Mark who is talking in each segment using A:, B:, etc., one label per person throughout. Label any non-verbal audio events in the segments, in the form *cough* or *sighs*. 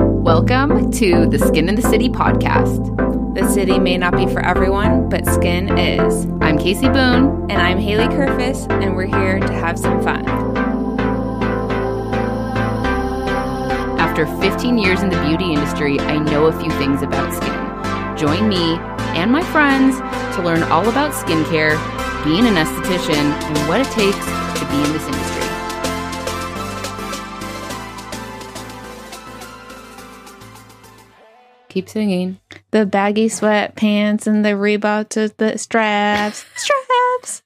A: Welcome to the Skin in the City podcast.
B: The city may not be for everyone, but skin is.
A: I'm Casey Boone.
B: And I'm Haley Kerfis, and we're here to have some fun.
A: After 15 years in the beauty industry, I know a few things about skin. Join me and my friends to learn all about skincare, being an esthetician, and what it takes to be in this industry. Keep singing.
B: The baggy sweatpants and the Reebok to the straps. *laughs* straps.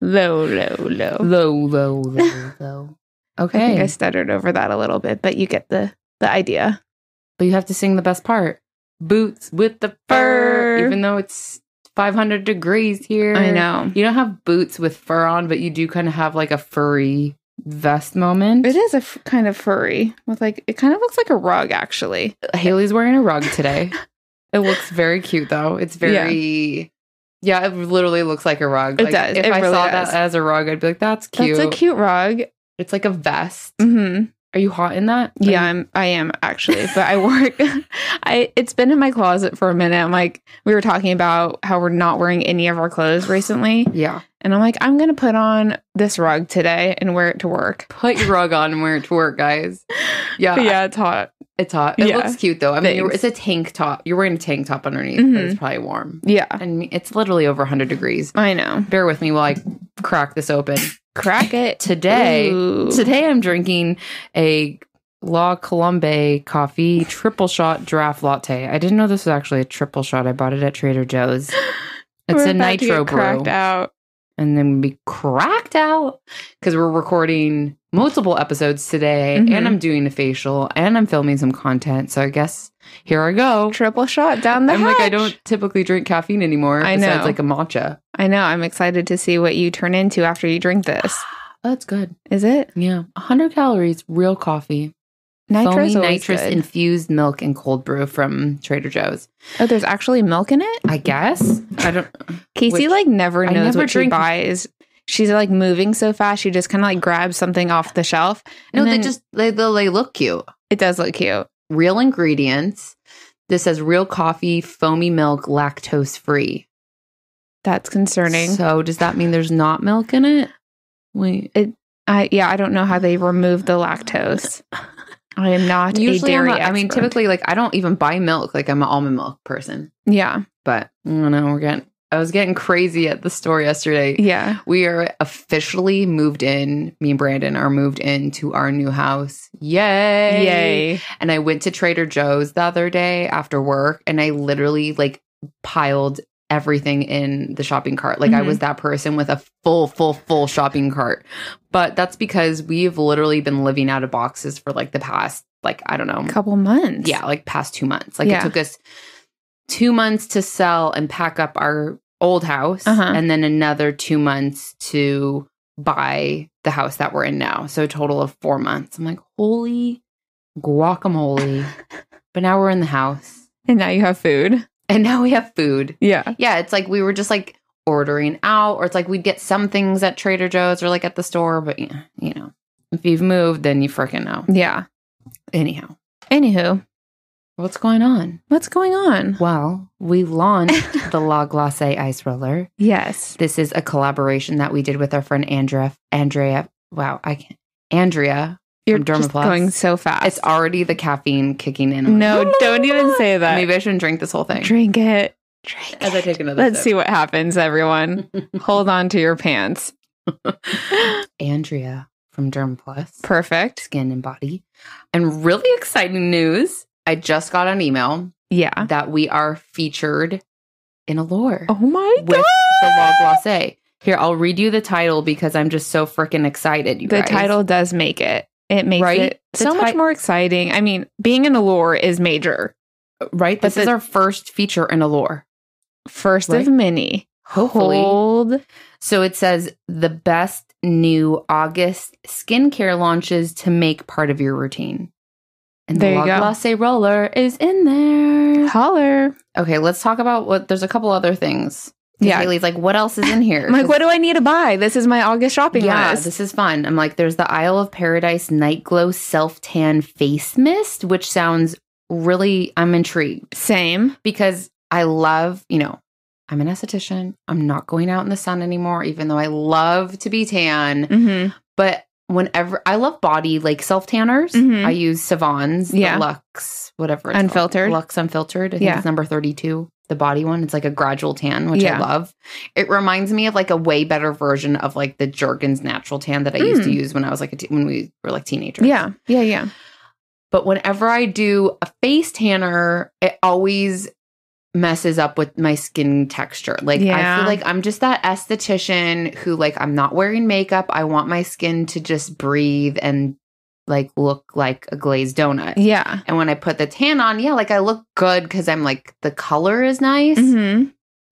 B: Low, low, low.
A: Low, low, low, low.
B: I think I
A: Okay.
B: stuttered over that a little bit, but you get the the idea.
A: But you have to sing the best part. Boots with the fur,
B: Fur.
A: even though it's 500 degrees here.
B: I know.
A: You don't have boots with fur on, but you do kind of have like a furry vest moment.
B: It is a f- kind of furry with like it kind of looks like a rug actually.
A: Haley's wearing a rug today. it looks very cute though. It's very yeah. it literally looks like a rug.
B: It
A: Like,
B: does.
A: If
B: It
A: I
B: really
A: saw
B: does.
A: that as a rug, I'd be like, that's cute.
B: That's a cute rug.
A: It's like a vest.
B: hmm
A: Are you hot in that? Are
B: Yeah, I'm. I am actually, but I work. *laughs* I it's been in my closet for a minute. I'm like, we were talking about how we're not wearing any of our clothes recently,
A: you- yeah.
B: and I'm like, I'm gonna put on this rug today and wear it to work. Uh,
A: Put your rug on and wear it to work, *laughs* guys. Yeah.
B: But yeah, it's hot.
A: It's hot. It
B: Yeah.
A: looks cute though. I mean, you're-
B: Thanks. Mm-hmm.
A: it's a tank top. You're wearing a tank top underneath, but it's probably warm.
B: Yeah,
A: And it's literally over 100 degrees.
B: I know.
A: Bear with me while I crack this open.
B: Crack it
A: Today,
B: Ooh.
A: Today I'm drinking a La Colombe coffee triple shot draft latte. I didn't know this was actually a triple shot. I bought it at Trader Joe's.
B: *gasps*
A: It's
B: We're
A: a
B: about to get
A: nitro brew.
B: Cracked out.
A: And then we cracked out because we're recording multiple episodes today
B: Mhm.
A: and I'm doing a facial and I'm filming some content. So I guess here I go.
B: Triple shot down the.
A: I'm like, I
B: hatch.
A: don't typically drink caffeine anymore.
B: I
A: Besides
B: know.
A: like a matcha.
B: I know. I'm excited to see what you turn into after you drink this.
A: Oh, that's good.
B: Is it
A: Yeah. 100 calories, real coffee.
B: nitro's
A: foamy
B: always
A: nitrous
B: good.
A: infused milk and cold brew from Trader Joe's.
B: oh, there's actually milk in it.
A: I guess I don't.
B: Casey
A: Which-
B: like never
A: I
B: knows
A: never
B: what
A: drink-
B: she buys. She's like moving so fast, she just kind of like grabs something off the shelf.
A: No,
B: and
A: they
B: then-
A: just they, they they look cute.
B: it does look cute.
A: Real ingredients. This says real coffee, foamy milk, lactose free.
B: That's concerning.
A: So does that mean there's not milk in it? Wait,
B: I yeah, I don't know how they remove the lactose. I am not
A: usually
B: a
A: I'm
B: dairy.
A: not- I mean,
B: expert.
A: typically like I don't even buy milk. Like I'm an almond milk person,
B: yeah,
A: but I don't know. We're getting I was getting crazy at the store yesterday.
B: yeah.
A: We are officially moved in. Me and Brandon are moved into our new house. Yay!
B: Yay!
A: And I went to Trader Joe's the other day after work and I literally like piled everything in the shopping cart. Like I
B: Mhm.
A: was that person with a full, full, full shopping cart. But that's because we've literally been living out of boxes for like the past, like, I don't know.
B: Couple months.
A: Yeah, like past two months. Like
B: Yeah.
A: it took us two months to sell and pack up our old house
B: Uh-huh.
A: and then another two months to buy the house that we're in now. So a total of four months. I'm like, holy
B: *laughs*
A: guacamole. but now we're in the house
B: and now you have food.
A: and now we have food.
B: Yeah,
A: Yeah, it's like we were just like ordering out, or it's like we'd get some things at Trader Joe's or like at the store, but yeah, you know, if you've moved, then you freaking know.
B: yeah.
A: Anyhow,
B: Anywho,
A: what's going on?
B: what's going on?
A: *laughs* Well, we launched the La Glace Ice Roller.
B: Yes,
A: This is a collaboration that we did with our friend Andrea. Andrea, wow, I can't. Andrea,
B: you're
A: From
B: just
A: Dermaplas.
B: going so fast.
A: it's already the caffeine kicking in. I'm like,
B: no, don't even say that.
A: Maybe I shouldn't drink this whole thing.
B: Drink it. Drink
A: As I
B: it.
A: take another.
B: Let's see what happens, everyone.
A: *laughs*
B: Hold on to your pants.
A: Andrea from Derm Plus,
B: Perfect.
A: Skin and Body, and really exciting news. I just got an email
B: Yeah.
A: that we are featured in Allure.
B: Oh my
A: With
B: god.
A: the La Glace. Here, I'll read you the title because I'm just so freaking excited. You
B: The
A: guys.
B: title does make it. It makes
A: Right?
B: it
A: The
B: so much
A: ti-
B: more exciting. I mean, being an allure is major.
A: right?
B: But
A: This is
B: the-
A: our first feature in Allure.
B: First
A: Right?
B: of many.
A: Hopefully.
B: Hold.
A: So it says the best new August skincare launches to make part of your routine. And
B: There
A: the
B: you
A: La
B: go.
A: Glace roller is in there.
B: Holler.
A: Okay, let's talk about what there's a couple other things. Yeah.
B: Yeah.
A: Haley's like, what else is in here?
B: *laughs* I'm like, what do I need to buy? This is my August shopping
A: yeah,
B: list.
A: this is fun. I'm like, there's the Isle of Paradise Night Glow Self Tan Face Mist, which sounds really, I'm intrigued
B: Same.
A: because I love, you know, I'm an esthetician. I'm not going out in the sun anymore, even though I love to be tan.
B: Mm-hmm.
A: But whenever I love body like self tanners,
B: Mhm.
A: I use Savon's,
B: Yeah.
A: yeah. Lux, whatever. it's called.
B: Unfiltered.
A: Lux Unfiltered. I think
B: Yeah.
A: it's number 32, the body one. It's like a gradual tan, which
B: Yeah.
A: I love. It reminds me of like a way better version of like the Jergens natural tan that I used to
B: Mm.
A: use when I was like a te- when we were like teenagers.
B: Yeah. Yeah. Yeah.
A: But whenever I do a face tanner, it always messes up with my skin texture. Like I
B: Yeah.
A: feel like I'm just that esthetician who like I'm not wearing makeup. I want my skin to just breathe and like look like a glazed donut.
B: Yeah.
A: And when I put the tan on, yeah, like I look good because I'm like the color is nice,
B: hmm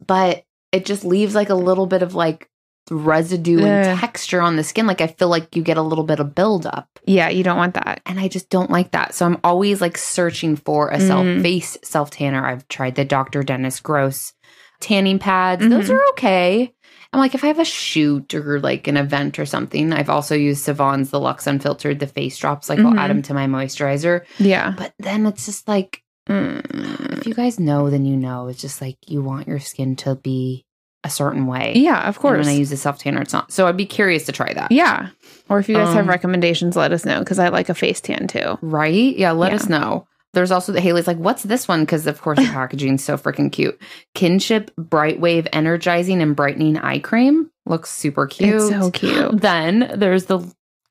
A: but it just leaves like a little bit of like residue and
B: Ugh.
A: texture on the skin. Like I feel like you get a little bit of buildup.
B: Yeah. You don't want that.
A: And I just don't like that. So I'm always like searching for a self
B: Mm.
A: face self tanner. I've tried the Dr. Dennis Gross tanning pads. Those
B: Mhm.
A: are okay. I'm like, if I have a shoot or like an event or something, I've also used Savon's the Lux Unfiltered, the face drops. Like I'll
B: Mhm.
A: add them to my moisturizer.
B: Yeah.
A: But then it's just like,
B: Mm.
A: if you guys know, then you know. It's just like you want your skin to be a certain way.
B: Yeah.
A: And
B: Of course.
A: when I use a self tanner, it's not. So I'd be curious to try that.
B: yeah. Or if you guys have
A: Um,
B: recommendations, let us know because I like a face tan too.
A: Right? Yeah. Let
B: Yeah.
A: us know. There's also the Haley's like, what's this one? Because of course the packaging's so freaking cute. Kinship Bright Wave Energizing and Brightening Eye Cream looks super cute.
B: It's so cute.
A: Then there's the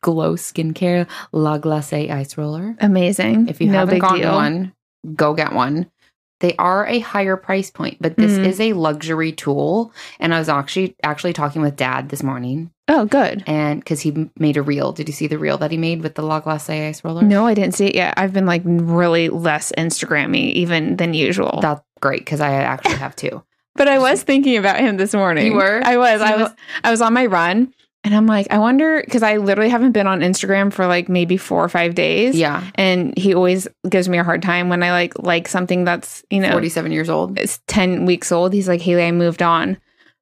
A: Glow Skincare La Glace Ice Roller.
B: Amazing.
A: If you
B: no
A: haven't
B: big
A: gotten
B: deal.
A: one, go get one. They are a higher price point, but this
B: Mhm.
A: is a luxury tool. And I was actually actually talking with Dad this morning,
B: Oh, good.
A: and because he m- made a reel. Did you see the reel that he made with the La Glace ice roller?
B: No, I didn't see it yet. I've been like really less Instagrammy even than usual.
A: that's great because I actually have *laughs* two.
B: But I was thinking about him this morning.
A: You were?
B: I was. I
A: He
B: was. I was on my run, and I'm like, I wonder because I literally haven't been on Instagram for like maybe four or five days.
A: Yeah,
B: And he always gives me a hard time when I like like something that's you know
A: forty-seven years old.
B: it's ten weeks old. He's like, Haley, I moved on.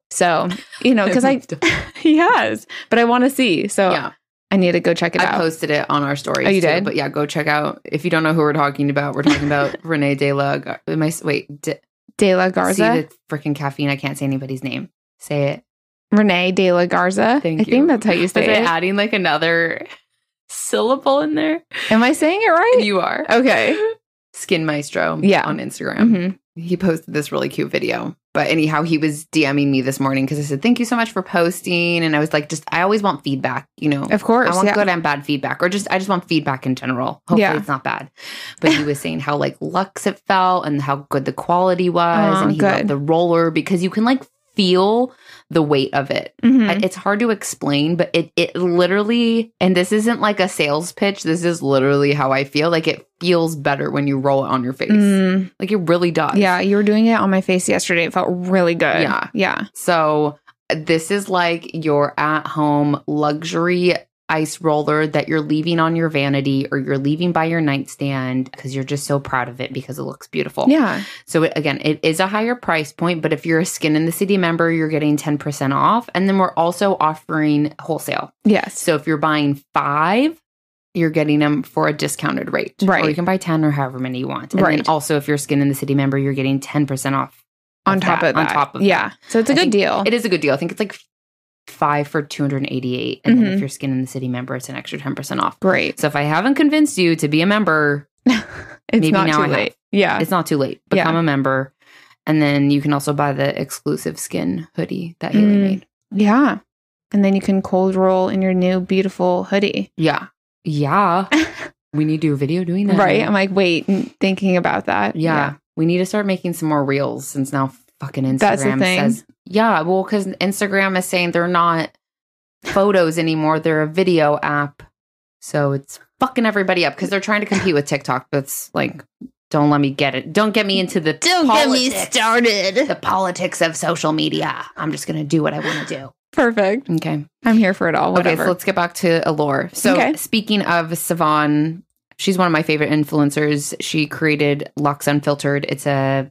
B: So you
A: *laughs*
B: know because I *laughs* he has, but I want to see. So
A: yeah,
B: I need to go check it
A: I
B: out.
A: posted it on our stories.
B: Oh, you
A: too,
B: did?
A: But yeah, go check out if you don't know who we're talking about. We're talking *laughs* about Renee De La. Gar- Am I s- wait? De-
B: De La Garza,
A: see the freaking caffeine. I can't say anybody's name. Say it.
B: Renee De La Garza.
A: Thank
B: I
A: you.
B: think that's how you
A: But *laughs*
B: say
A: they're
B: it.
A: adding like another syllable in *laughs* there.
B: Am I saying it right?
A: *laughs* You are. Mm-hmm.
B: okay.
A: Skin Maestro
B: Yeah.
A: on Instagram.
B: hmm
A: He posted this really cute video. But anyhow, he was DMing me this morning because I said, Thank you so much for posting. And I was like, just I always want feedback, you know.
B: Of course.
A: I want
B: yeah.
A: good and bad feedback, or just I just want feedback in general. Hopefully
B: Yeah.
A: it's not bad. But he was saying how like luxe it felt and how good the quality was,
B: Aw,
A: and he loved
B: good.
A: the roller because you can like feel the weight of it.
B: Mhm.
A: I- it's hard to explain but it it literally and this isn't like a sales pitch this is literally how i feel like it feels better when you roll it on your face
B: Mm,
A: like it really does
B: yeah, you were doing it on my face yesterday. It felt really good.
A: Yeah.
B: Yeah.
A: so this is like your at home luxury ice roller that you're leaving on your vanity or you're leaving by your nightstand because you're just so proud of it because it looks beautiful
B: Yeah.
A: so it, again it is a higher price point but if you're a skin in the city member you're getting 10% off and then we're also offering wholesale
B: Yes.
A: So if you're buying five, you're getting them for a discounted rate.
B: Right.
A: Or you can buy 10 or however many you want. And then
B: Right.
A: also, if you're a Skin in the City member, you're getting 10% off.
B: On top of that.
A: On top of
B: Yeah. So it's a
A: I
B: good
A: think
B: deal.
A: that. It is a good deal. I think it's like five for 288. And then if
B: Mhm.
A: you're Skin in the City member, it's an extra 10% off.
B: Great.
A: So if I haven't convinced you to be a member,
B: it's
A: Maybe
B: not
A: now I
B: too
A: have.
B: late. Yeah.
A: it's not too late.
B: Yeah.
A: Become a member. And then you can also buy the exclusive skin hoodie that Haley
B: Mm.
A: made.
B: yeah. And then you can cold roll in your new beautiful hoodie.
A: Yeah.
B: *laughs*
A: Yeah. we need to do a video doing that.
B: Right. I'm like, wait, n- thinking about that.
A: Yeah. We need to start making some more reels since now fucking Instagram
B: That's the thing.
A: says Yeah, well cuz Instagram is saying they're not photos anymore, they're a video app. So it's fucking everybody up cuz they're trying to compete with TikTok. That's like don't let me get it. Don't get me into the politics-
B: started.
A: The politics of social media. I'm just going to do what I want to
B: Perfect.
A: do. Okay.
B: I'm here for it all.
A: Okay,
B: Whatever.
A: so let's get back to Allure. So
B: Okay.
A: speaking of Savon, she's one of my favorite influencers. She created Lux Unfiltered. It's a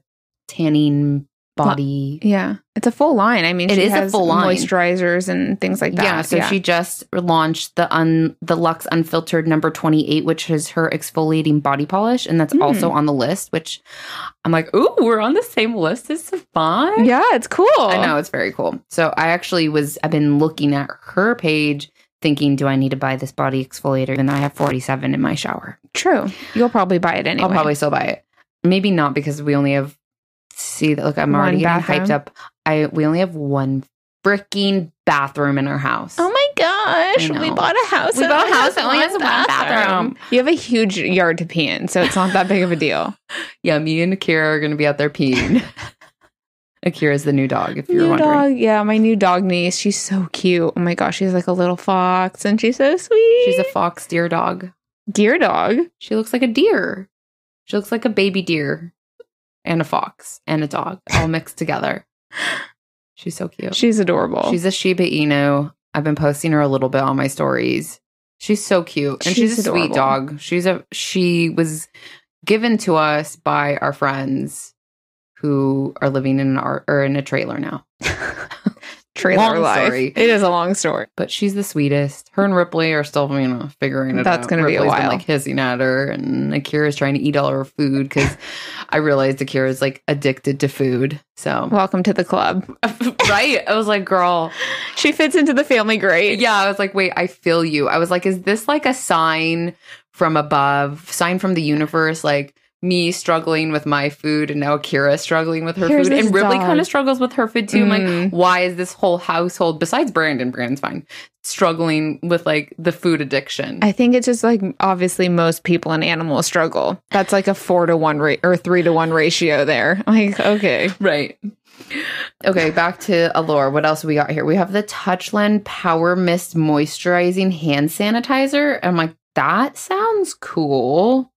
A: tanning body.
B: Yeah, it's a full line. I mean,
A: It
B: she
A: is a
B: has
A: full line.
B: moisturizers and things like that.
A: Yeah, so she just launched the un the Lux Unfiltered number 28, which is her exfoliating body polish, and that's
B: Hmm.
A: also on the list, which I'm like, ooh, we're on the same list as Savant.
B: yeah, it's cool.
A: I know, it's very cool. So I actually was I've been looking at her page thinking, do I need to buy this body exfoliator? Even though I have 47 in my shower.
B: True. You'll probably buy it anyway.
A: I'll probably still buy it. Maybe not because we only have see that look, I'm
B: One
A: already getting
B: bathroom.
A: hyped up. I we only have one freaking bathroom in our house.
B: Oh my gosh!
A: I
B: We
A: know.
B: bought a house.
A: We
B: that
A: bought a
B: only
A: house that only has one bathroom.
B: You have a huge yard to pee in, so it's not that big of a deal.
A: Yeah, me and Akira are going to be out there
B: *laughs*
A: peeing. Akira's the new dog, *laughs* if you're
B: new
A: wondering.
B: dog, yeah, my new dog niece. She's so cute. Oh my gosh, she's like a little fox, and she's so sweet.
A: She's a fox deer dog.
B: deer dog.
A: She looks like a deer. She looks like a baby deer and a fox and a dog all mixed together. She's so cute.
B: She's adorable.
A: She's a Shiba Inu. I've been posting her a little bit on my stories. She's so cute. And she's,
B: She's
A: a sweet
B: adorable.
A: dog. She's a she was given to us by our friends who are living in an art or in a trailer now.
B: trailer
A: long
B: life.
A: story.
B: It is a long story.
A: but she's the sweetest. Her and Ripley are still, you know, figuring it out.
B: That's gonna be a
A: Ripley's
B: while.
A: Been, like hissing at her, and Akira's trying to eat all her food
B: *laughs*
A: because I realized Akira's like addicted to food. So
B: Welcome to the club.
A: *laughs* right, I was like, girl,
B: She fits into the family great.
A: yeah. I was like, wait, I feel you. I was like, is this like a sign from above, sign from the universe, like? Me struggling with my food, and now Akira struggling with her
B: Here's
A: food,
B: this
A: and Ripley
B: dog.
A: kind of struggles with her food too. I'm like,
B: Mm.
A: why is this whole household besides brandon brandon's fine struggling with like the food addiction
B: I think it's just like obviously most people and animals struggle. That's like a four to one ra- or three to one ratio there. *laughs* Like, okay.
A: right okay back to allure what else we got here we have the touchland power mist moisturizing hand sanitizer i'm like that sounds cool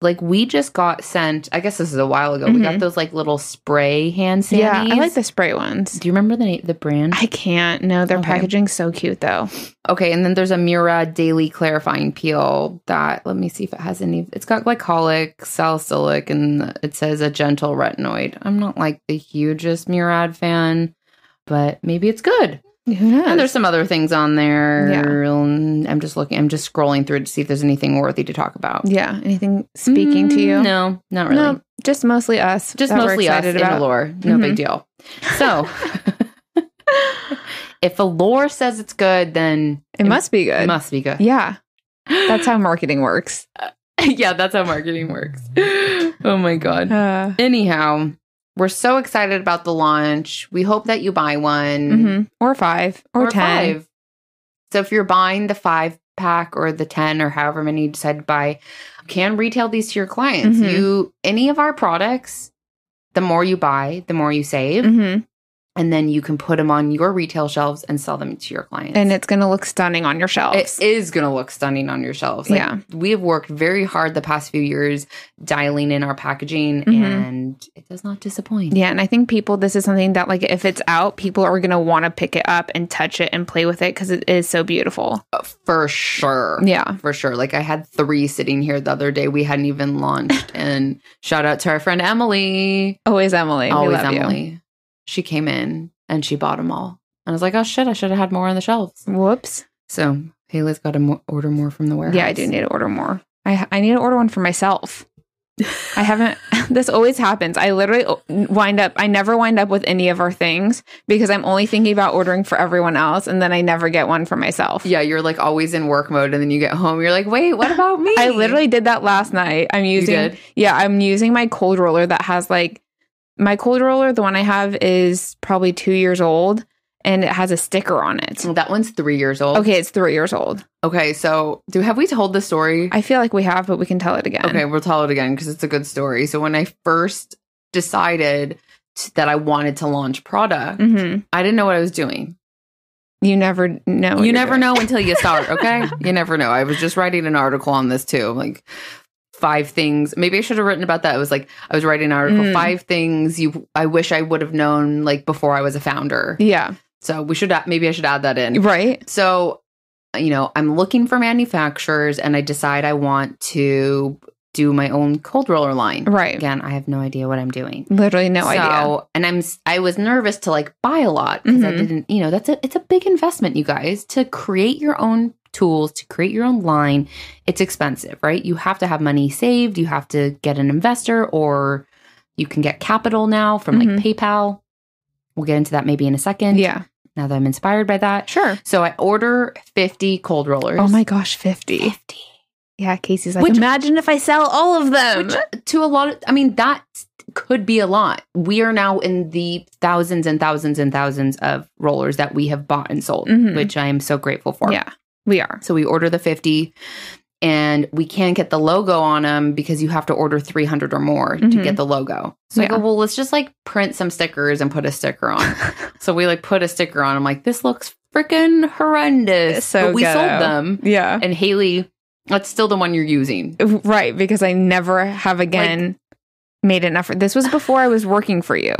A: like we just got sent i guess this is a while ago we got
B: Mhm.
A: those like little spray hand sanitizer
B: Yeah, I like the spray ones.
A: do you remember the name the brand
B: I can't. No, their
A: Okay.
B: packaging's so cute though.
A: Okay, and then there's a Mura Daily Clarifying Peel that let me see if it has any. It's got glycolic, salicylic, and it says a gentle retinoid. I'm not like the hugest Murad fan, but maybe it's good.
B: Who knows?
A: And there's some other things on there.
B: Yeah.
A: Um, I'm just looking. I'm just scrolling through to see if there's anything worthy to talk about.
B: yeah. Anything speaking to
A: Mm,
B: you?
A: No, not really.
B: No, just mostly us.
A: Just
B: that we're
A: mostly us
B: excited
A: in Allure. No big
B: Mhm.
A: deal. So. *laughs* If Allure says it's good, then
B: It must be
A: it
B: good.
A: must be good.
B: Yeah. That's how marketing works.
A: *laughs* yeah, that's how marketing works. *laughs* Oh my God.
B: Uh,
A: Anyhow, we're so excited about the launch. We hope that you buy one
B: mhm. Or five or, ten.
A: So if you're buying the five pack or the 10 or however many you decide to buy, you can retail these to your clients.
B: Mhm.
A: You, any of our products, the more you buy, the more you save.
B: Mm-hmm.
A: And then you can put them on your retail shelves and sell them to your clients.
B: And it's going to look stunning on your shelves.
A: It is going to look stunning on your shelves. Like,
B: Yeah.
A: We have worked very hard the past few years dialing in our packaging,
B: Mhm.
A: and it does not disappoint.
B: Yeah, and I think people, this is something that, like, if it's out, people are going to want to pick it up and touch it and play with it because it is so beautiful.
A: Uh, For sure.
B: Yeah.
A: For sure. Like, I had three sitting here the other day. We hadn't even
B: *laughs*
A: launched. and shout out to our friend Emily.
B: Always Emily. We
A: Always
B: love you.
A: Emily. She came in and she bought them all. And I was like, oh shit, I should have had more on the shelves.
B: Whoops.
A: So Haley's got to mo- order more from the warehouse.
B: Yeah, I do need to order more. I, I need to order one for *laughs* myself. I haven't, *laughs* this always happens. I literally o- wind up, I never wind up with any of our things because I'm only thinking about ordering for everyone else and then I never get one for myself.
A: Yeah, you're like always in work mode. And then you get home, you're like, wait, what about me?
B: *laughs* I literally did that last night. I'm
A: You
B: using
A: did?
B: Yeah, I'm using my cold roller that has like my cold roller, the one I have is probably two years old and it has a sticker on it.
A: Well, that one's three years old.
B: Okay, it's three years old.
A: Okay, so do have we told the story?
B: I feel like we have, but we can tell it again.
A: okay, we'll tell it again because it's a good story. So when I first decided t- that I wanted to launch Prada,
B: hmm
A: I didn't know what I was doing.
B: You never know. what
A: you
B: you're
A: never
B: doing.
A: know until you
B: *laughs*
A: start, okay? you never know. I was just writing an article on this too. Like five things. Maybe I should have written about that. It was like I was writing an article,
B: Mm.
A: five things you I wish I would have known like before I was a founder.
B: Yeah.
A: So we should add- maybe I should add that in.
B: Right.
A: So, you know, I'm looking for manufacturers and I decide I want to do my own cold roller line.
B: Right.
A: Again, I have no idea what I'm doing.
B: Literally no idea.
A: And I'm s- I was nervous to like buy a lot because I
B: Mhm.
A: didn't, you know, that's a it's a big investment, you guys, to create your own tools, to create your own line. It's expensive, right? You have to have money saved, you have to get an investor or you can get capital now from like
B: Mhm.
A: PayPal. We'll get into that maybe in a second.
B: Yeah.
A: Now that I'm inspired by that.
B: Sure.
A: So I order 50 cold rollers.
B: Oh my gosh, 50.
A: 50.
B: Yeah, Casey's like,
A: Which-
B: imagine if I sell all of them.
A: Which to a lot of, I mean, that could be a lot. We are now in the thousands and thousands and thousands of rollers that we have bought and sold,
B: Mhm.
A: which I am so grateful for.
B: yeah, we are.
A: So we order the 50 and we can't get the logo on them because you have to order 300 or more to
B: Mhm.
A: get the logo. So I
B: Yeah.
A: go, well, let's just like print some stickers and put a sticker
B: *laughs*
A: on. so we like put a sticker on. I'm like, this looks freaking horrendous.
B: So
A: but we sold
B: ghetto.
A: them.
B: Yeah.
A: And Haley, that's still the one you're using.
B: Right, because I never have again made an effort. This was
A: *sighs*
B: before I was working for you.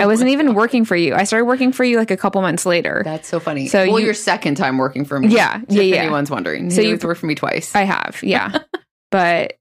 B: I
A: Oh
B: wasn't even working for you. I started working for you like a couple months later.
A: That's so funny.
B: So
A: well,
B: you-
A: your second time working for me.
B: Yeah,
A: If
B: yeah, yeah.
A: Anyone's wondering.
B: So
A: So
B: you-
A: you've worked for me twice.
B: I have,
A: *laughs*
B: yeah. but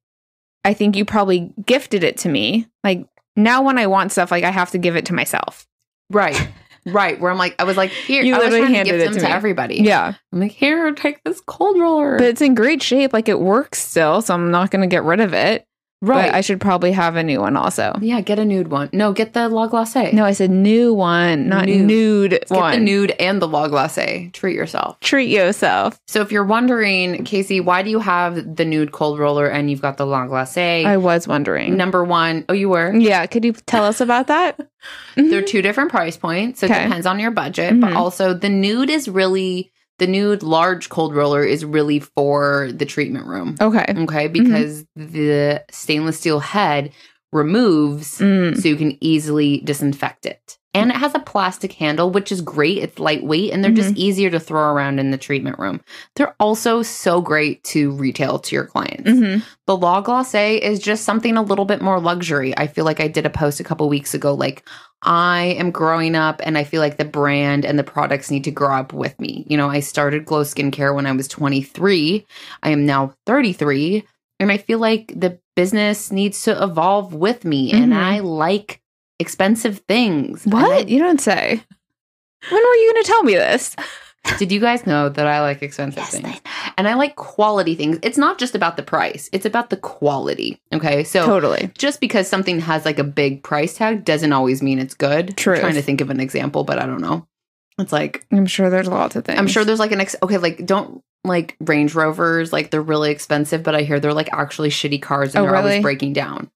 B: I think you probably gifted it to me. Like now when I want stuff, like I have to give it to myself.
A: right. Right. Where I'm like, I was like, here,
B: You
A: I was
B: literally
A: trying to
B: handed
A: give
B: it
A: them
B: to
A: to,
B: me.
A: everybody.
B: Yeah.
A: I'm like, here, take this cold roller.
B: But it's in great shape. Like it works still, so I'm not gonna get rid of it.
A: right.
B: But I should probably have a new one also.
A: yeah, get a nude one. No, get the La Glace.
B: No, I said new one, not
A: Nude.
B: nude
A: get
B: one.
A: the nude and the La Glace. Treat yourself.
B: Treat yourself.
A: So if you're wondering, Casey, why do you have the nude cold roller and you've got the La Glace?
B: I was wondering.
A: Number one, oh, you were?
B: Yeah, could you tell us about that?
A: They're two different price points. So it
B: Okay.
A: depends on your budget. But
B: Mhm.
A: also, the nude is really the nude large cold roller is really for the treatment room.
B: *laughs* okay. Mm-hmm.
A: Okay. Because the stainless steel head removes
B: Mm.
A: so you can easily disinfect it. And it has a plastic handle, which is great. It's lightweight and they're
B: Mm-hmm.
A: just easier to throw around in the treatment room. They're also so great to retail to your clients.
B: hmm
A: The La Glace is just something a little bit more luxury. I feel like I did a post a couple weeks ago, like, I am growing up and I feel like the brand and the products need to grow up with me. You know, I started Glow Skincare when I was 23. I am now 33. And I feel like the business needs to evolve with me. And
B: Mhm.
A: I like expensive things. And
B: What? You don't say. When were you going to tell me this?
A: I- *laughs* did you guys know that I like expensive things? and I like quality things. It's not just about the price, it's about the quality. Okay. So,
B: *laughs* Totally.
A: just because something has like a big price tag doesn't always mean it's good. I'm
B: Truth.
A: trying to think of an example, but I don't know. It's like
B: I'm sure there's lots of things.
A: I'm sure there's like an ex okay, like don't like Range Rovers, like they're really expensive, but I hear they're like actually shitty cars and
B: Oh,
A: they're
B: really?
A: always breaking down.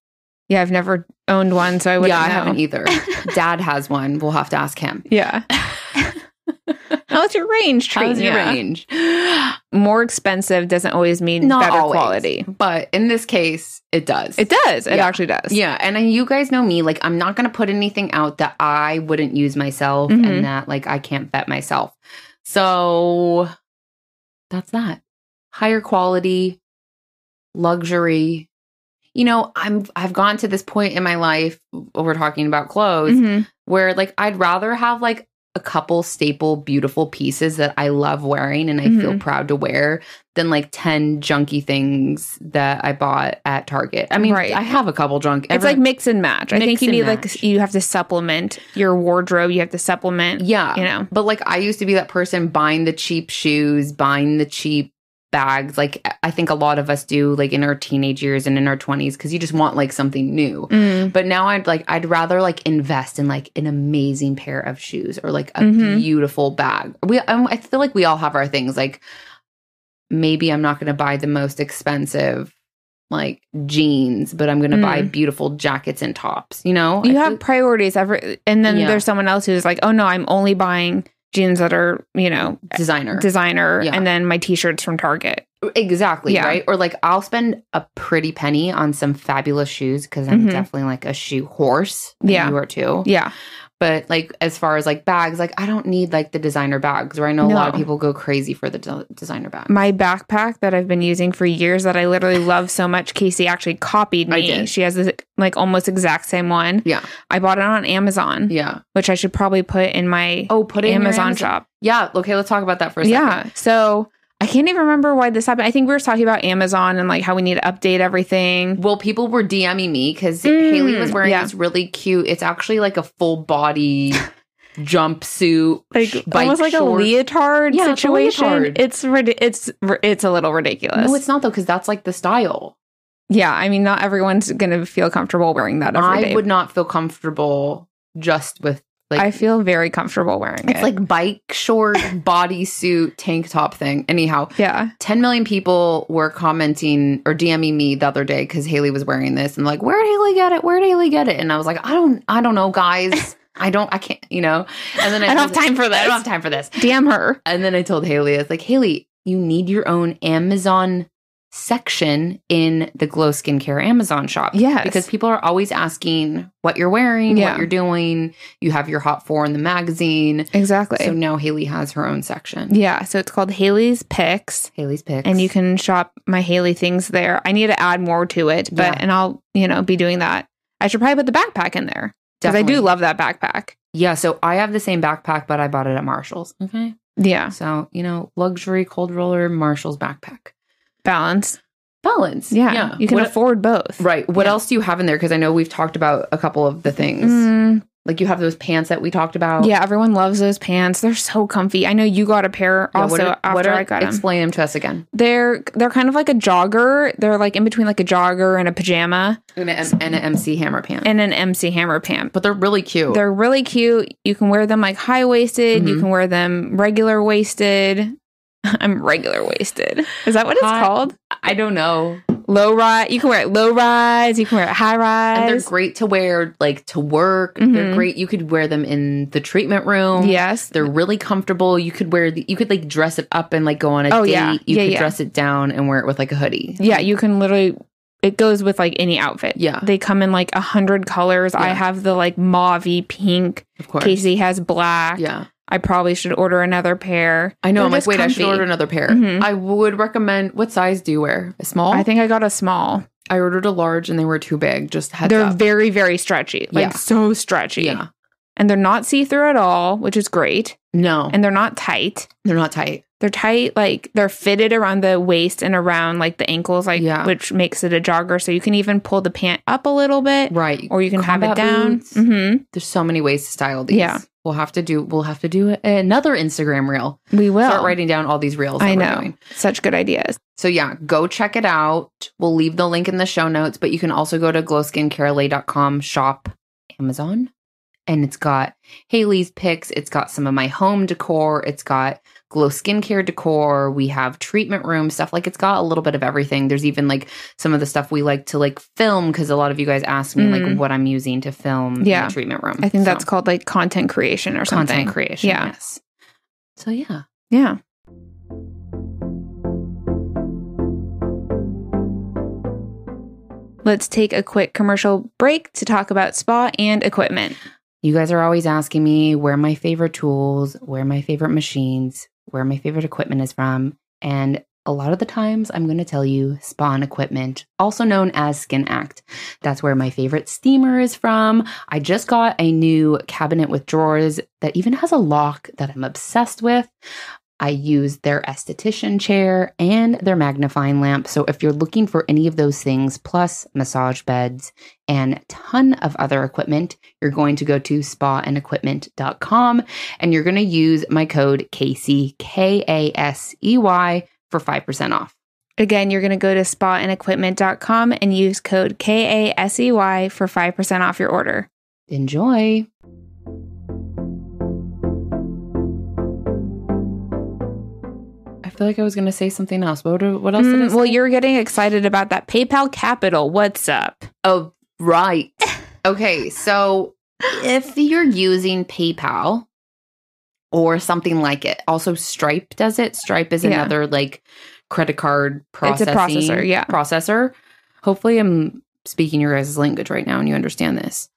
B: Yeah, I've never owned one, so I wouldn't
A: yeah, I
B: know.
A: haven't
B: *laughs*
A: either. Dad has one. We'll have to ask him.
B: Yeah. How's your range treating
A: How's your
B: ya?
A: range?
B: *gasps* More expensive doesn't always mean
A: Not
B: better
A: always.
B: quality.
A: But in this case, it does.
B: It does. It
A: Yeah.
B: actually does.
A: Yeah, and I- you guys know me. Like, I'm not gonna put anything out that I wouldn't use myself,
B: Mhm.
A: and that like I can't vet myself. So that's that. Higher quality, luxury. You know, I'm I've gone to this point in my life. when We're talking about clothes
B: Mhm.
A: where like I'd rather have like a couple staple beautiful pieces that I love wearing and I feel
B: Mhm.
A: proud to wear than like 10 junky things that I bought at Target. I mean,
B: Right.
A: I have a couple junk.
B: It's like mix and match. I
A: Mix
B: think you
A: and
B: need
A: match.
B: like you have to supplement your wardrobe. You have to supplement.
A: yeah.
B: You know.
A: But like I used to be that person buying the cheap shoes, buying the cheap bags like I think a lot of us do like in our teenage years and in our 20s cuz you just want like something new.
B: Mm.
A: But now I'd like I'd rather like invest in like an amazing pair of shoes or like a
B: Mhm.
A: beautiful bag. We um, I feel like we all have our things. Like maybe I'm not going to buy the most expensive like jeans, but I'm going to buy beautiful jackets and tops. You know,
B: Mm. You
A: I
B: have
A: feel-
B: priorities. Every and then
A: Yeah.
B: there's someone else who's like, oh no, I'm only buying jeans that are you know
A: designer
B: designer
A: Yeah.
B: and then my t-shirts from target
A: exactly
B: Yeah.
A: right, or like I'll spend a pretty penny on some fabulous shoes because I'm
B: Mhm.
A: definitely like a shoe horse.
B: Yeah.
A: you are too.
B: yeah
A: But like as far as like bags, like I don't need like the designer bags. Where I know a lot of
B: No.
A: people go crazy for the de- designer bag.
B: my backpack that i've been using for years that i literally love so much casey actually copied me
A: I did.
B: she has this like almost exact same one
A: Yeah.
B: i bought it on amazon
A: Yeah.
B: which i should probably Mm-hmm. put in my
A: Oh, put it in your
B: amazon, shop
A: Yeah. Okay. Let's talk about that for a second.
B: yeah so I can't even remember why this happened. I think we were talking about Amazon and like how we need to update everything.
A: Well, people were DMing me because
B: Mm,
A: Haley was wearing
B: yeah.
A: this really cute. It's actually like a full
B: *laughs*
A: body jumpsuit,
B: Like
A: sh- bike
B: almost like a
A: shorts.
B: leotard
A: Yeah, it's a
B: situation.
A: leotard.
B: It's rid- it's ri- it's a little ridiculous.
A: No, it's not though, because that's like the style.
B: yeah, I mean, not everyone's gonna feel comfortable wearing that every
A: I
B: day.
A: would not feel comfortable just with like
B: I feel very comfortable wearing it.
A: it's like bike
B: *laughs*
A: short bodysuit tank top thing. Anyhow, *laughs*
B: yeah,
A: 10 million people were commenting or DMing me the other day because Haley was wearing this and like, where did Haley get it? Where did Haley get it? And I was like, I don't, I don't know,
B: *laughs*
A: guys. I don't, I can't, you know. And then
B: I don't have
A: told-
B: time for
A: I don't have
B: this.
A: time for this.
B: Damn her.
A: And then I told Haley, I was like, Haley, you need your own Amazon section in the Glow Skincare Amazon shop.
B: Yes.
A: Because people are always asking what you're wearing,
B: Yeah.
A: what you're doing. You have your hot four in the magazine.
B: Exactly.
A: So now Haley has her own section.
B: yeah, so it's called Haley's Picks.
A: Haley's picks.
B: and you can shop my Haley things there. I need to add more to it, but
A: Yeah.
B: and I'll you know be doing that. I should probably put the backpack in there because I do
A: Definitely.
B: love that backpack.
A: Yeah, so I have the same backpack, but I bought it at Marshall's. Okay.
B: Yeah,
A: So, you know, luxury cold roller Marshall's backpack.
B: balance.
A: Balance.
B: Yeah, you can
A: What-
B: afford both.
A: Right. What
B: Yeah.
A: else do you have in there? Because I know we've talked about a couple of the things.
B: Mm,
A: Like you have those pants that we talked about.
B: yeah, everyone loves those pants. They're so comfy. I know you got a pair
A: Yeah,
B: also
A: what are-
B: after
A: what are-
B: I got them.
A: Explain them to us again.
B: They're they're kind of like a jogger. They're like in between like a jogger and a pajama
A: And a, and a MC Hammer pant.
B: and an MC Hammer pant.
A: but they're really cute.
B: They're really cute. You can wear them like high waisted. You
A: Mhm.
B: can wear them regular waisted. *laughs* I'm regular waisted. Is that what it's
A: Hi-
B: called?
A: I don't know.
B: Low rise. You can wear it low rise. You can wear it high
A: And they're
B: rise.
A: great to wear like to work. They're
B: Mhm.
A: great. You could wear them in the treatment room.
B: yes.
A: They're really comfortable. You could wear the, you could like dress it up and like go on a
B: Oh,
A: date.
B: yeah.
A: You
B: Yeah,
A: could
B: yeah.
A: dress it down and wear it with like a hoodie.
B: Yeah. You can literally. It goes with like any outfit.
A: Yeah.
B: They come in like a hundred colors. I
A: Yeah.
B: have the like mauvey pink.
A: Of course.
B: Casey has black.
A: Yeah.
B: I probably should order another pair.
A: I know.
B: They're
A: I'm like,
B: just
A: wait, I should
B: comfy.
A: order another pair.
B: Mhm.
A: I would recommend what size do you wear? A small?
B: I think I got a small.
A: I ordered a large and they were too big. Just heads
B: they're
A: up.
B: very very stretchy. Like
A: Yeah.
B: so stretchy.
A: yeah.
B: And they're not see through at all, which is great.
A: No. And
B: And they're not tight.
A: they're not tight.
B: They're tight, like they're fitted around the waist and around like the ankles, like
A: Yeah.
B: which makes it a jogger. So you can even pull the pant up a little bit,
A: Right.
B: or you can have
A: Combat
B: it down.
A: boots.
B: Mm-hmm.
A: There's so many ways to style these.
B: Yeah.
A: We'll have to do we'll have to do another Instagram reel.
B: We will
A: Start writing down all these reels. That
B: I
A: we're
B: know
A: doing.
B: such good ideas.
A: So yeah, go check it out. We'll leave the link in the show notes, but you can also go to glowskincarelay.com shop Amazon. And it's got Haley's picks, it's got some of my home decor, it's got glow skincare decor, we have treatment room stuff. Like it's got a little bit of everything. There's even like some of the stuff we like to like film because a lot of you guys ask me
B: Mm.
A: like what I'm using to film in
B: Yeah.
A: the treatment room.
B: I think
A: So,
B: that's called like content creation or
A: content
B: something.
A: creation.
B: Yeah.
A: Yes. So yeah.
B: yeah. Let's take a quick commercial break to talk about spa and equipment.
A: You guys are always asking me where my favorite tools, where my favorite machines, where my favorite equipment is from. And a lot of the times I'm going to tell you Spawn Equipment, also known as Skin Act. That's where my favorite steamer is from. I just got a new cabinet with drawers that even has a lock that I'm obsessed with. I use their esthetician chair and their magnifying lamp. So if you're looking for any of those things, plus massage beds and a ton of other equipment, you're going to go to spaandequipment.com and you're going to use my code KC, K A S E Y, for 5% off.
B: Again, you're going to go to spaandequipment.com and use code KASEY E for 5% off your order.
A: Enjoy. I feel like I was going to say something else. What, what else did I
B: Mm,
A: say?
B: well, you're getting excited about that PayPal Capital. What's up?
A: Oh, right. okay. So if you're using PayPal or something like it, also Stripe does it. Stripe is
B: Yeah.
A: another like credit card
B: It's a
A: processing
B: processor, yeah.
A: processor. Hopefully, I'm speaking your guys' language right now and you understand this.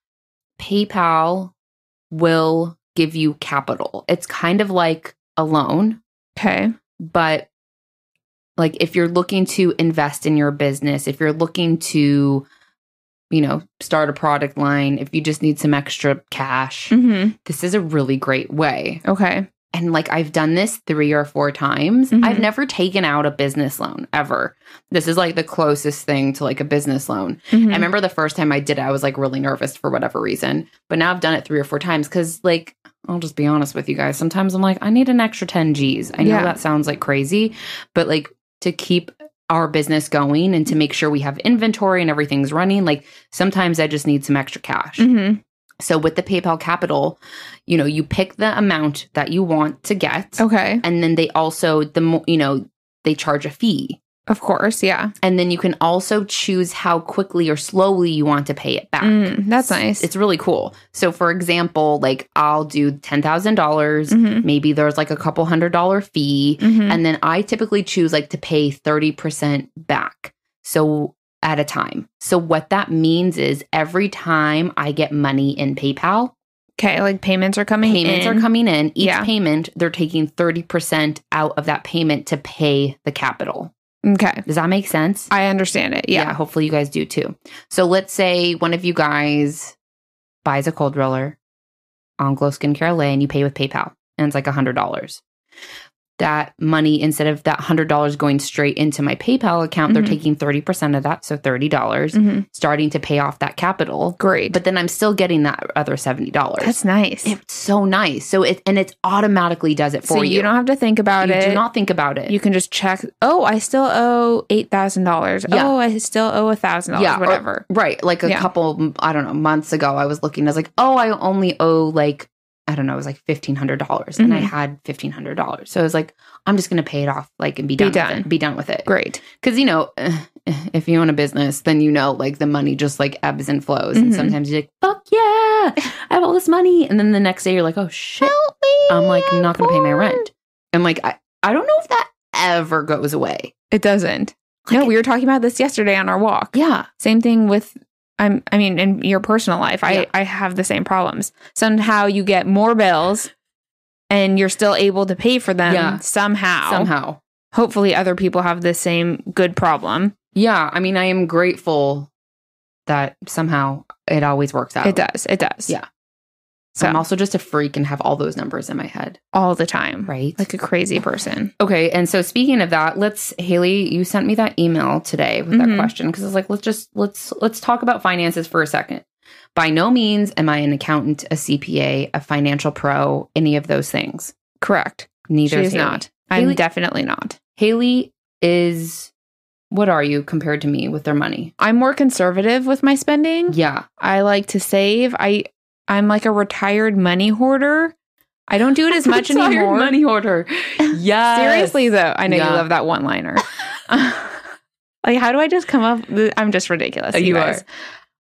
A: PayPal will give you capital. It's kind of like a loan,
B: Okay.
A: but like if you're looking to invest in your business if you're looking to you know start a product line if you just need some extra cash
B: hmm
A: this is a really great way
B: Okay.
A: and like I've done this three or four times.
B: Mhm.
A: I've never taken out a business loan ever. This is like the closest thing to like a business loan.
B: Mm-hmm.
A: I remember the first time I did it, I was like really nervous for whatever reason. But now I've done it three or four times because, like, I'll just be honest with you guys. Sometimes I'm like, I need an extra 10 G's. I know
B: Yeah.
A: that sounds like crazy, but like to keep our business going and to make sure we have inventory and everything's running, like sometimes I just need some extra cash.
B: Mhm.
A: So with the PayPal Capital, you know, you pick the amount that you want to get.
B: Okay.
A: And then they also, the mo- you know, they charge a fee.
B: Of course. Yeah.
A: And then you can also choose how quickly or slowly you want to pay it back.
B: Mm, that's nice.
A: It's really cool. So, for example, like I'll do ten dollars.
B: Mhm.
A: Maybe there's like a couple hundred dollar fee,
B: Mhm.
A: and then I typically choose like to pay thirty percent back. So at a time. So what that means is every time I get money in PayPal,
B: okay. Like payments are coming
A: payments
B: in.
A: are coming in. Each
B: Yeah.
A: payment, they're taking thirty percent out of that payment to pay the capital.
B: Okay.
A: Does that make sense?
B: I understand it. Yeah.
A: Hopefully you guys do too. So let's say one of you guys buys a cold roller on Glow Skin Carolay and you pay with PayPal and it's like $100. That money, instead of that $100 going straight into my PayPal account,
B: Mhm.
A: they're taking 30% of that. So $30, dollars
B: Mhm.
A: starting to pay off that capital.
B: Great.
A: But then I'm still getting that other $70.
B: that's nice.
A: it's so nice. So it and it automatically does it for
B: so you.
A: you.
B: don't have to think about
A: you
B: it.
A: do not think about it.
B: you can just check. Oh, I still owe eight thousand dollars.
A: Yeah.
B: Oh, I still owe a thousand
A: Yeah,
B: dollars.
A: or-
B: Whatever.
A: Right. Like a
B: Yeah.
A: couple, I don't know, months ago, I was looking, I was like, oh, I only owe like, I don't know, it was like $1,500. dollars And I
B: Mhm.
A: had $1,500. So I was like, I'm just going to pay it off, like, and be done,
B: Be done.
A: With it, be done with it.
B: Great.
A: Cause, you know, *sighs* if you own a business, then you know, like, the money just like ebbs and flows. And
B: Mhm.
A: sometimes you're like, fuck yeah, I have all this money. And then the next day you're like, oh shit, I'm like not going to pay my rent. And like, I, I don't know if that ever goes away.
B: It doesn't. no,
A: Like-
B: we were talking about this yesterday on our walk.
A: Yeah.
B: Same thing with I'm I mean in your personal life. I
A: Yeah.
B: I have the same problems. Somehow you get more bills and you're still able to pay for them
A: Yeah.
B: somehow.
A: Somehow.
B: Hopefully other people have the same good problem.
A: Yeah, I mean, I am grateful that somehow it always works out.
B: It does. It does.
A: Yeah.
B: So
A: I'm also just a freak and have all those numbers in my head.
B: all the time.
A: Right.
B: Like a crazy person.
A: okay. And so speaking of that, let's Haley, you sent me that email today with
B: Mhm.
A: that question because it's like let's just let's let's talk about finances for a second. By no means am I an accountant, a CPA, a financial pro, any of those things.
B: Correct.
A: Neither
B: She's
A: is Haley.
B: not. I'm
A: Haley-
B: definitely not.
A: Haley is what are you compared to me with their money?
B: I'm more conservative with my spending.
A: Yeah.
B: I like to save. I I'm like a retired money hoarder. I don't do
A: *laughs*
B: it as much
A: Retired
B: anymore. Uh,
A: Money *laughs* order. Yeah.
B: Seriously though, I know
A: Yeah.
B: you love that one
A: *laughs*
B: liner. *laughs* like how do I just come up with- I'm just ridiculous.
A: Oh, you
B: guys.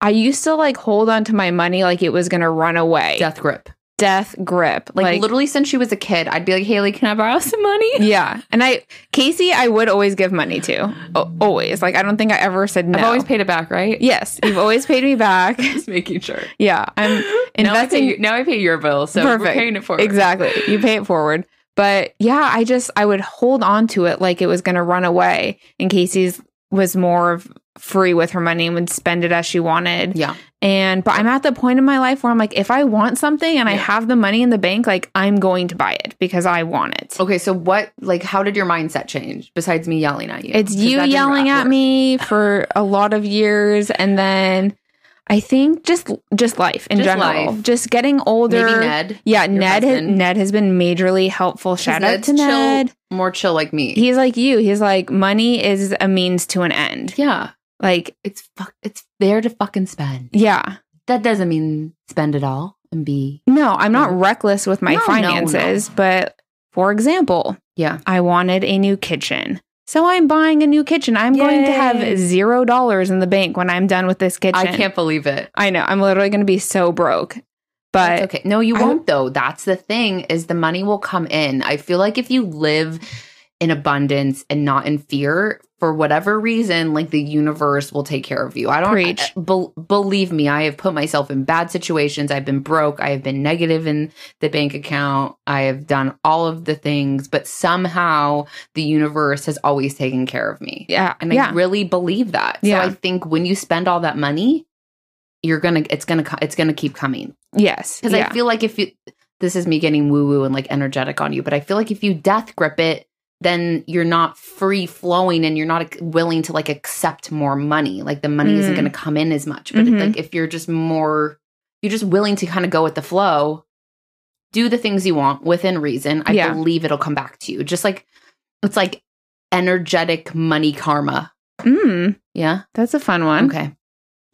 B: I used to like hold on to my money like it was going to run away.
A: Death grip.
B: Death grip.
A: Like, literally since she was a kid, I'd be like, Haley, can I borrow some money?
B: yeah. And I Casey I would always give money to.
A: *gasps*
B: O- always. Like I don't think I ever said
A: *laughs*
B: no.
A: I've always paid it back, right? *laughs*
B: yes, you've always paid me back. *laughs*
A: Just making sure.
B: Yeah,
A: Um,
B: I'm
A: now, I pay,
B: investing
A: you- now I pay your bill, so we're
B: Perfect.
A: paying it forward.
B: Exactly. You pay it forward. But yeah, I just I would hold on to it like it was going to run away. And Casey's was more of free with her money and would spend it as she wanted.
A: Yeah.
B: And but I'm at the point in my life where I'm like, if I want something and I
A: Yeah.
B: have the money in the bank, like I'm going to buy it because I want it.
A: Okay, so what, like, how did your mindset change besides me yelling at you?
B: It's
A: 'Cause
B: you
A: that didn't
B: yelling
A: work.
B: at me for a lot of years, and then I think just just life in
A: Just
B: general,
A: life.
B: just getting older.
A: Maybe Ned.
B: Yeah, Ned has,
A: husband.
B: Ned has been majorly helpful. Shout out
A: Ned's
B: to
A: chill-
B: Ned.
A: More chill like me.
B: He's like you. He's like money is a means to an end.
A: yeah.
B: Like
A: It's fuck, it's there to fucking spend.
B: yeah.
A: That doesn't mean spend it all and be.
B: No, I'm not reckless with my
A: Mm. No, no,
B: finances, but for example,
A: Yeah.
B: I wanted a new kitchen. So I'm buying a new kitchen. I'm going to
A: Yay.
B: have 0 dollars in the bank when I'm done with this kitchen.
A: I can't believe it.
B: I know. I'm literally going to be so broke. But
A: That's okay. No, you
B: I-
A: won't though. That's the thing is the money will come in. I feel like if you live in abundance and not in fear for whatever reason, like the universe will take care of you. I don't
B: Preach.
A: bel- believe me. I have put myself in bad situations. I've been broke. I have been negative in the bank account. I have done all of the things, but somehow the universe has always taken care of me.
B: yeah,
A: And I
B: yeah.
A: really believe that. So
B: Yeah.
A: I think when you spend all that money, you're gonna it's gonna co- it's gonna keep coming
B: yes.
A: because
B: yeah.
A: I feel like if you this is me getting woo woo and like energetic on you, but I feel like if you death grip it, then you're not free flowing and you're not ac- willing to like accept more money. Like the money isn't
B: Mm.
A: going to come in as much. But
B: Mhm.
A: like if you're just more, you're just willing to kind of go with the flow, do the things you want within reason. I
B: Yeah.
A: believe it'll come back to you. Just like it's like energetic money karma.
B: Mm,
A: Yeah.
B: that's a fun one.
A: Okay.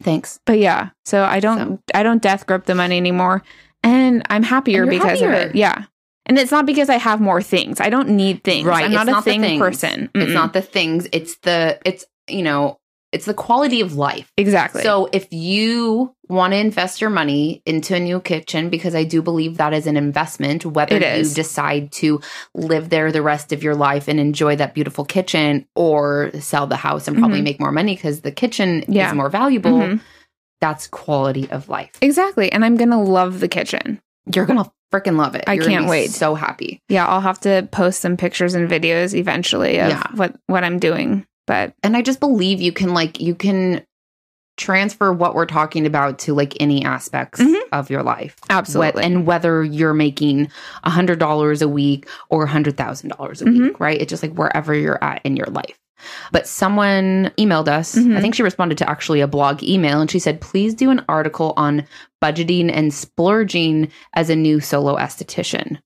A: Thanks.
B: But yeah, so I don't
A: So-
B: I don't death grip the money anymore, and I'm happier
A: And you're
B: because
A: happier.
B: of it. Yeah, and it's not because I have more things. I don't need things.
A: Right.
B: I'm
A: It's
B: not a
A: not the
B: thing
A: things.
B: person.
A: It's
B: Mm-mm.
A: not the things, it's the, it's, you know, it's the quality of life.
B: exactly.
A: So if you want to invest your money into a new kitchen, because I do believe that is an investment, whether
B: It
A: you
B: is.
A: decide to live there the rest of your life and enjoy that beautiful kitchen or sell the house and probably
B: Mhm.
A: make more money because the kitchen
B: Yeah.
A: is more valuable,
B: Mhm.
A: that's quality of life.
B: exactly, and I'm gonna love the kitchen.
A: You're gonna freaking love it.
B: I
A: You're gonna
B: can't
A: be
B: wait.
A: So happy.
B: Yeah, I'll have to post some pictures and videos eventually of
A: Yeah.
B: what what I'm doing. But
A: And I just believe you can like you can transfer what we're talking about to like any aspects
B: Mhm.
A: of your life.
B: absolutely,
A: Wh- and whether you're making $100 a week or $100,000 a week, right? It's just like wherever you're at in your life. But someone emailed us.
B: Mhm.
A: I think she responded to actually a blog email and she said, please do an article on budgeting and splurging as a new solo esthetician.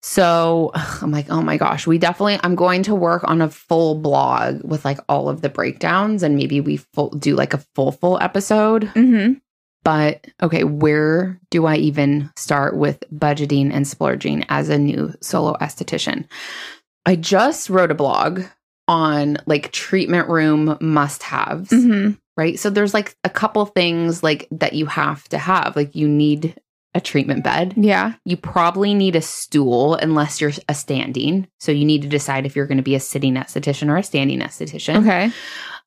A: So I'm like, oh my gosh, we definitely, I'm going to work on a full blog with like all of the breakdowns and maybe we full, do like a full, full episode.
B: hmm
A: But okay, where do I even start with budgeting and splurging as a new solo esthetician? I just wrote a blog on like treatment room must haves,
B: hmm
A: right? So there's like a couple things like that you have to have. Like you need a treatment bed.
B: yeah,
A: You probably need a stool unless you're a standing. So you need to decide if you're going to be a sitting esthetician or a standing esthetician.
B: okay,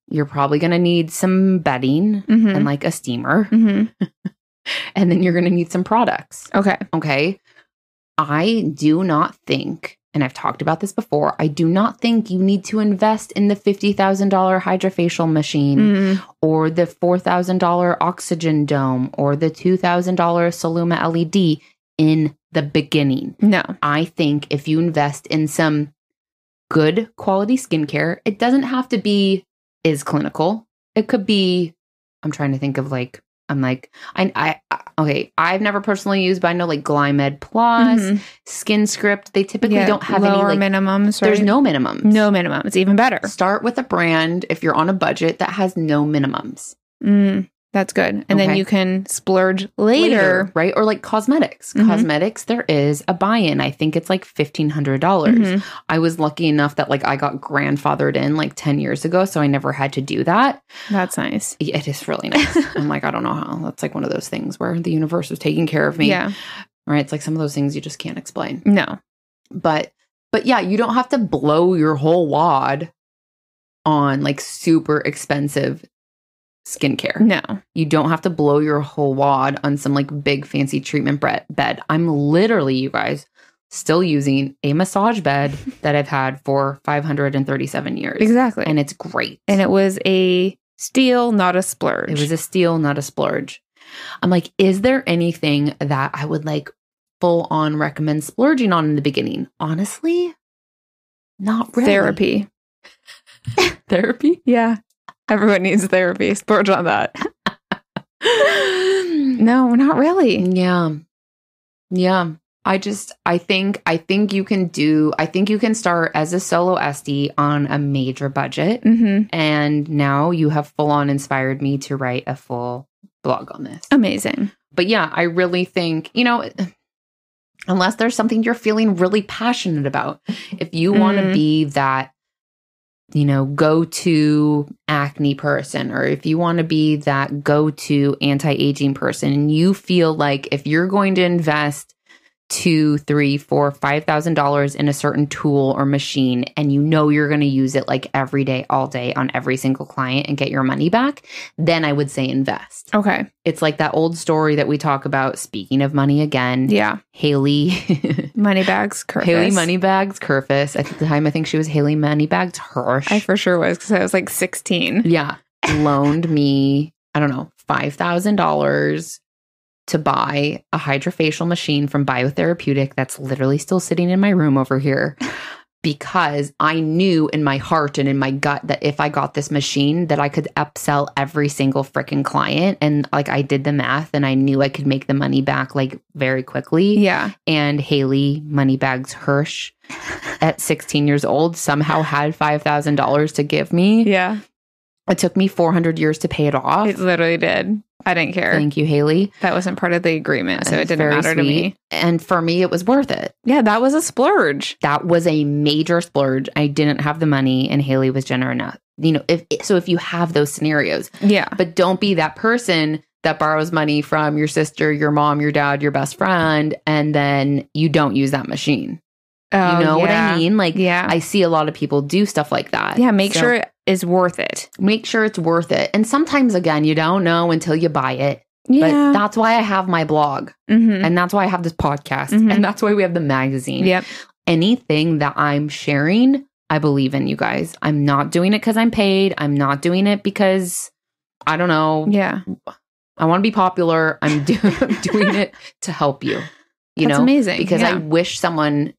A: You're probably going to need some bedding
B: hmm
A: and like a steamer
B: hmm
A: and then you're going to need some products.
B: okay,
A: Okay. I do not think, and I've talked about this before, I do not think you need to invest in the $50,000 hydrofacial machine
B: Mm.
A: or the $4,000 oxygen dome or the $2,000 Soluma LED in the beginning.
B: Mm-hmm. no,
A: I think if you invest in some good quality skincare, it doesn't have to be is clinical. It could be I'm trying to think of like I'm like I I- I okay, I've never personally used but I know like Glymed Plus,
B: Mhm.
A: Skin Script, they typically
B: Yeah,
A: don't have
B: lower
A: any like
B: minimums.
A: there's
B: right?
A: no minimums.
B: no minimum. It's even better.
A: Start with a brand if you're on a budget that has no minimums.
B: Mm, that's good. And then
A: Okay.
B: you can splurge later.
A: right? Or like cosmetics.
B: Mhm.
A: Cosmetics there is a buy-in. I think it's like $1500. dollars
B: Mhm.
A: I was lucky enough that like I got grandfathered in like 10 years ago, so I never had to do that.
B: That's nice.
A: Yeah, It is really nice. I'm like, I don't know how. That's like one of those things where the universe was taking care of me.
B: Yeah.
A: Right. It's like some of those things you just can't explain.
B: No.
A: But but yeah, you don't have to blow your whole wad on like super expensive skincare.
B: No.
A: You don't have to blow your whole wad on some like big fancy treatment bre- bed. I'm literally, you guys, still using a massage
B: *laughs*
A: bed that I've had for 537 years.
B: Exactly.
A: And it's great.
B: And it was a steal, not a splurge.
A: It was a steal, not a splurge. I'm like, is there anything that I would like full on recommend splurging on in the beginning? Honestly, not really.
B: therapy.
A: *laughs*
B: *laughs*
A: Therapy?
B: Yeah. Everyone needs therapy. Splurge on that.
A: yeah.
B: No, not really.
A: Mm. Yeah. I just I think I think you can do I think you can start as a solo SD on a major budget.
B: hmm
A: And now you have full on inspired me to write a full blog on this.
B: Amazing.
A: But yeah, I really think, you know, unless there's something you're feeling really passionate about, if you want to
B: Mhm.
A: be that, you know, go to acne person, or if you want to be that go to anti aging person, and you feel like if you're going to invest two, three, four, five thousand dollars in a certain tool or machine, and you know you're going to use it like every day, all day on every single client and get your money back, then I would say invest
B: Okay.
A: it's like that old story that we talk about. Speaking of money again,
B: Yeah.
A: Haley, *laughs*
B: Money bags.
A: Haley
B: Curvis.
A: Moneybags Kerfus. At the time, I think she was Haley Moneybags Hirsch.
B: I for sure was because I was like 16.
A: yeah, loaned me. I don't know five thousand dollars to buy a hydrofacial machine from Biotherapeutic that's literally still sitting in my room over here because I knew in my heart and in my gut that if I got this machine that I could upsell every single freaking client and like I did the math and I knew I could make the money back like very quickly
B: Yeah.
A: and Haley Moneybags Hirsch at 16 years old somehow had $5,000 to give me.
B: Yeah.
A: It took me 400 years to pay it off.
B: It literally did. I didn't care.
A: Thank you, Haley.
B: that wasn't part of the agreement, so it
A: It's
B: didn't
A: very
B: matter to me.
A: sweet. And for me, it was worth it.
B: Yeah, that was a splurge.
A: That was a major splurge. I didn't have the money, and Haley was generous enough. You know, if so, if you have those scenarios,
B: Yeah.
A: but don't be that person that borrows money from your sister, your mom, your dad, your best friend, and then you don't use that machine.
B: Oh,
A: you know what
B: yeah.
A: I mean? Like,
B: Yeah.
A: I see a lot of people do stuff like that.
B: yeah, make
A: So
B: sure it is worth it.
A: make sure it's worth it. And sometimes again, you don't know until you buy it. But that's why I have my blog
B: mm-hmm.
A: and that's why I have this podcast
B: Mhm.
A: and that's why we have the magazine.
B: Yep.
A: Anything that I'm sharing, I believe in you guys. I'm not doing it cuz I'm paid. I'm not doing it because I don't know.
B: Yeah.
A: I want to be popular. I'm, do- *laughs* I'm doing
B: *laughs*
A: it to help you. You
B: That's
A: know?
B: amazing.
A: Because I
B: Yeah. Mm.
A: wish someone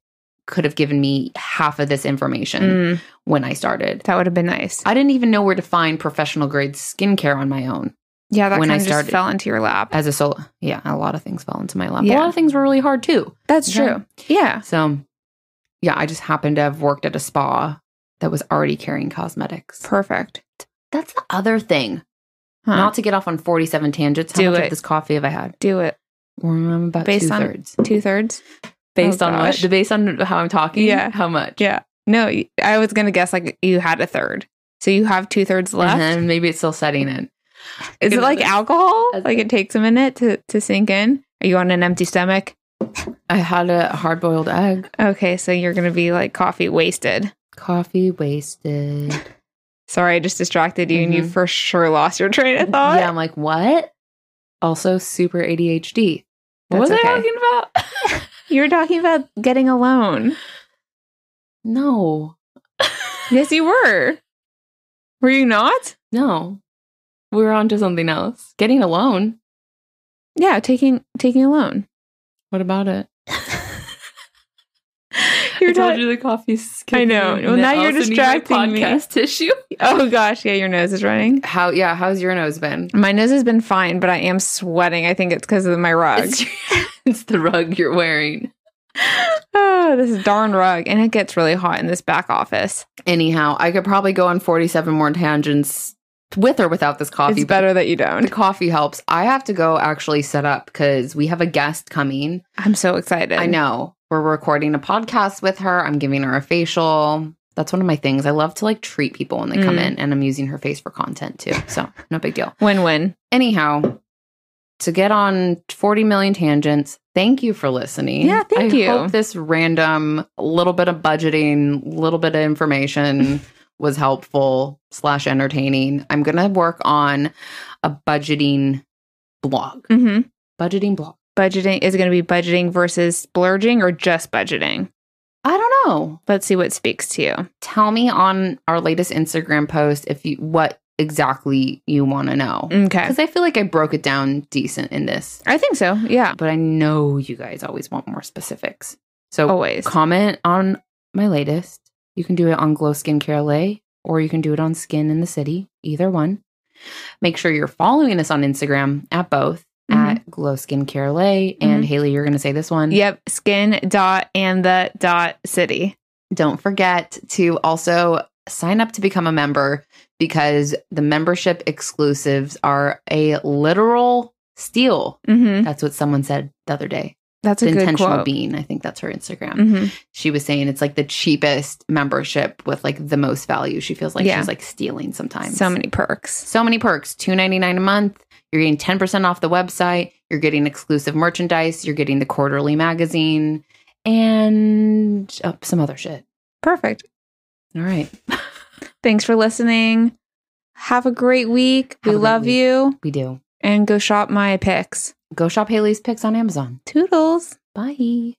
A: could have given me half of this information
B: Mm,
A: when I started.
B: that would have been nice.
A: I didn't even know where to find professional grade skincare on my own
B: Yeah, that
A: when I
B: kind of just
A: started- Uh,
B: fell into your lap.
A: as a solo. Yeah, a lot of things fell into my lap. A
B: Yeah.
A: lot of things were really hard too.
B: That's
A: Yeah.
B: true. Yeah.
A: So, yeah, I just happened to have worked at a spa that was already carrying cosmetics.
B: Perfect.
A: That's the other thing.
B: Huh.
A: Not to get off on 47 tangents. How
B: Do
A: much
B: it.
A: of this coffee have I had?
B: do it.
A: Mm, I'm about
B: Based
A: two
B: on-
A: thirds.
B: Two thirds.
A: Based
B: Oh,
A: on what?
B: gosh.
A: The- Based on how I'm talking?
B: Yeah.
A: How much?
B: Yeah. No, y- I was gonna guess like you had a third, so you have two thirds left.
A: And then maybe it's still setting in.
B: Is it like alcohol?
A: That's
B: Like
A: it.
B: it takes a minute to to sink in. Are you on an empty stomach?
A: I had a hard boiled egg.
B: Okay, so you're gonna be like coffee wasted.
A: Coffee *laughs* wasted.
B: Sorry, I just distracted you, and you
A: Mhm.
B: for sure lost your train of thought.
A: Yeah, I'm like, what? Also, super ADHD. What
B: That's
A: was
B: okay.
A: I talking about?
B: You were talking about getting alone.
A: *laughs* no,
B: yes, you were. Were you not?
A: no. We were on to something else. Getting alone.
B: Yeah, taking taking alone.
A: What about it?
B: You're
A: I told
B: not-
A: you the coffee's. kicking
B: I know.
A: in,
B: Well,
A: and
B: now
A: I
B: you're
A: also need my
B: distracting me.
A: Podcast issue.
B: Oh gosh, yeah, your nose is running.
A: *laughs* How? Yeah. How's your nose been?
B: My nose has been fine, but I am sweating. I think it's because of my rug. *laughs*
A: It's, *laughs* it's the rug you're wearing.
B: oh, this is darn rug, and it gets really hot in this back office.
A: Anyhow, I could probably go on 47 more tangents with or without this coffee.
B: it's
A: but
B: better that you
A: The
B: don't.
A: coffee helps. I have to go actually set up because we have a guest coming.
B: I'm so excited.
A: I know. We're recording a podcast with her. I'm giving her a facial. That's one of my things. I love to like treat people when they come
B: Mm.
A: in, and I'm using her face for content too. So, no big deal.
B: Win win.
A: Anyhow, to get on 40 million tangents, thank you for listening.
B: Yeah, thank
A: I
B: you.
A: hope this random little bit of budgeting, little bit of
B: *laughs*
A: information was helpful slash entertaining. I'm going to work on a budgeting blog.
B: hmm
A: Budgeting blog.
B: Budgeting is going to be budgeting versus splurging or just budgeting.
A: I don't know.
B: Let's see what speaks to you.
A: tell me on our latest Instagram post if you what exactly you want to know.
B: Okay.
A: Because I feel like I broke it down decent in this,
B: I think so. Yeah.
A: but I know you guys always want more specifics. So
B: Always.
A: comment on my latest. You can do it on Glow Skincare LA or you can do it on Skin in the City, either one. Make sure you're following us on Instagram at both at Glow Skincare LA. And Haley, you're going to say this one.
B: Yep. Skin dot and the dot city.
A: Don't forget to also sign up to become a member because the membership exclusives are a literal steal.
B: hmm
A: That's what someone said the other day.
B: That's
A: the
B: a good
A: intentional
B: quote.
A: bean. I think that's her Instagram.
B: hmm
A: She was saying it's like the cheapest membership with like the most value. She feels like
B: Yeah.
A: she's like stealing sometimes.
B: So many perks.
A: So many perks. Two ninety nine a month. You're getting ten percent off the website. You're getting exclusive merchandise. You're getting the quarterly magazine and oh, some other shit.
B: Perfect.
A: All right.
B: Thanks for listening. Have a great week.
A: Have a
B: we
A: great
B: love
A: week.
B: you.
A: We do.
B: And go shop my picks.
A: Go shop Haley's picks on Amazon.
B: Toodles.
A: Bye.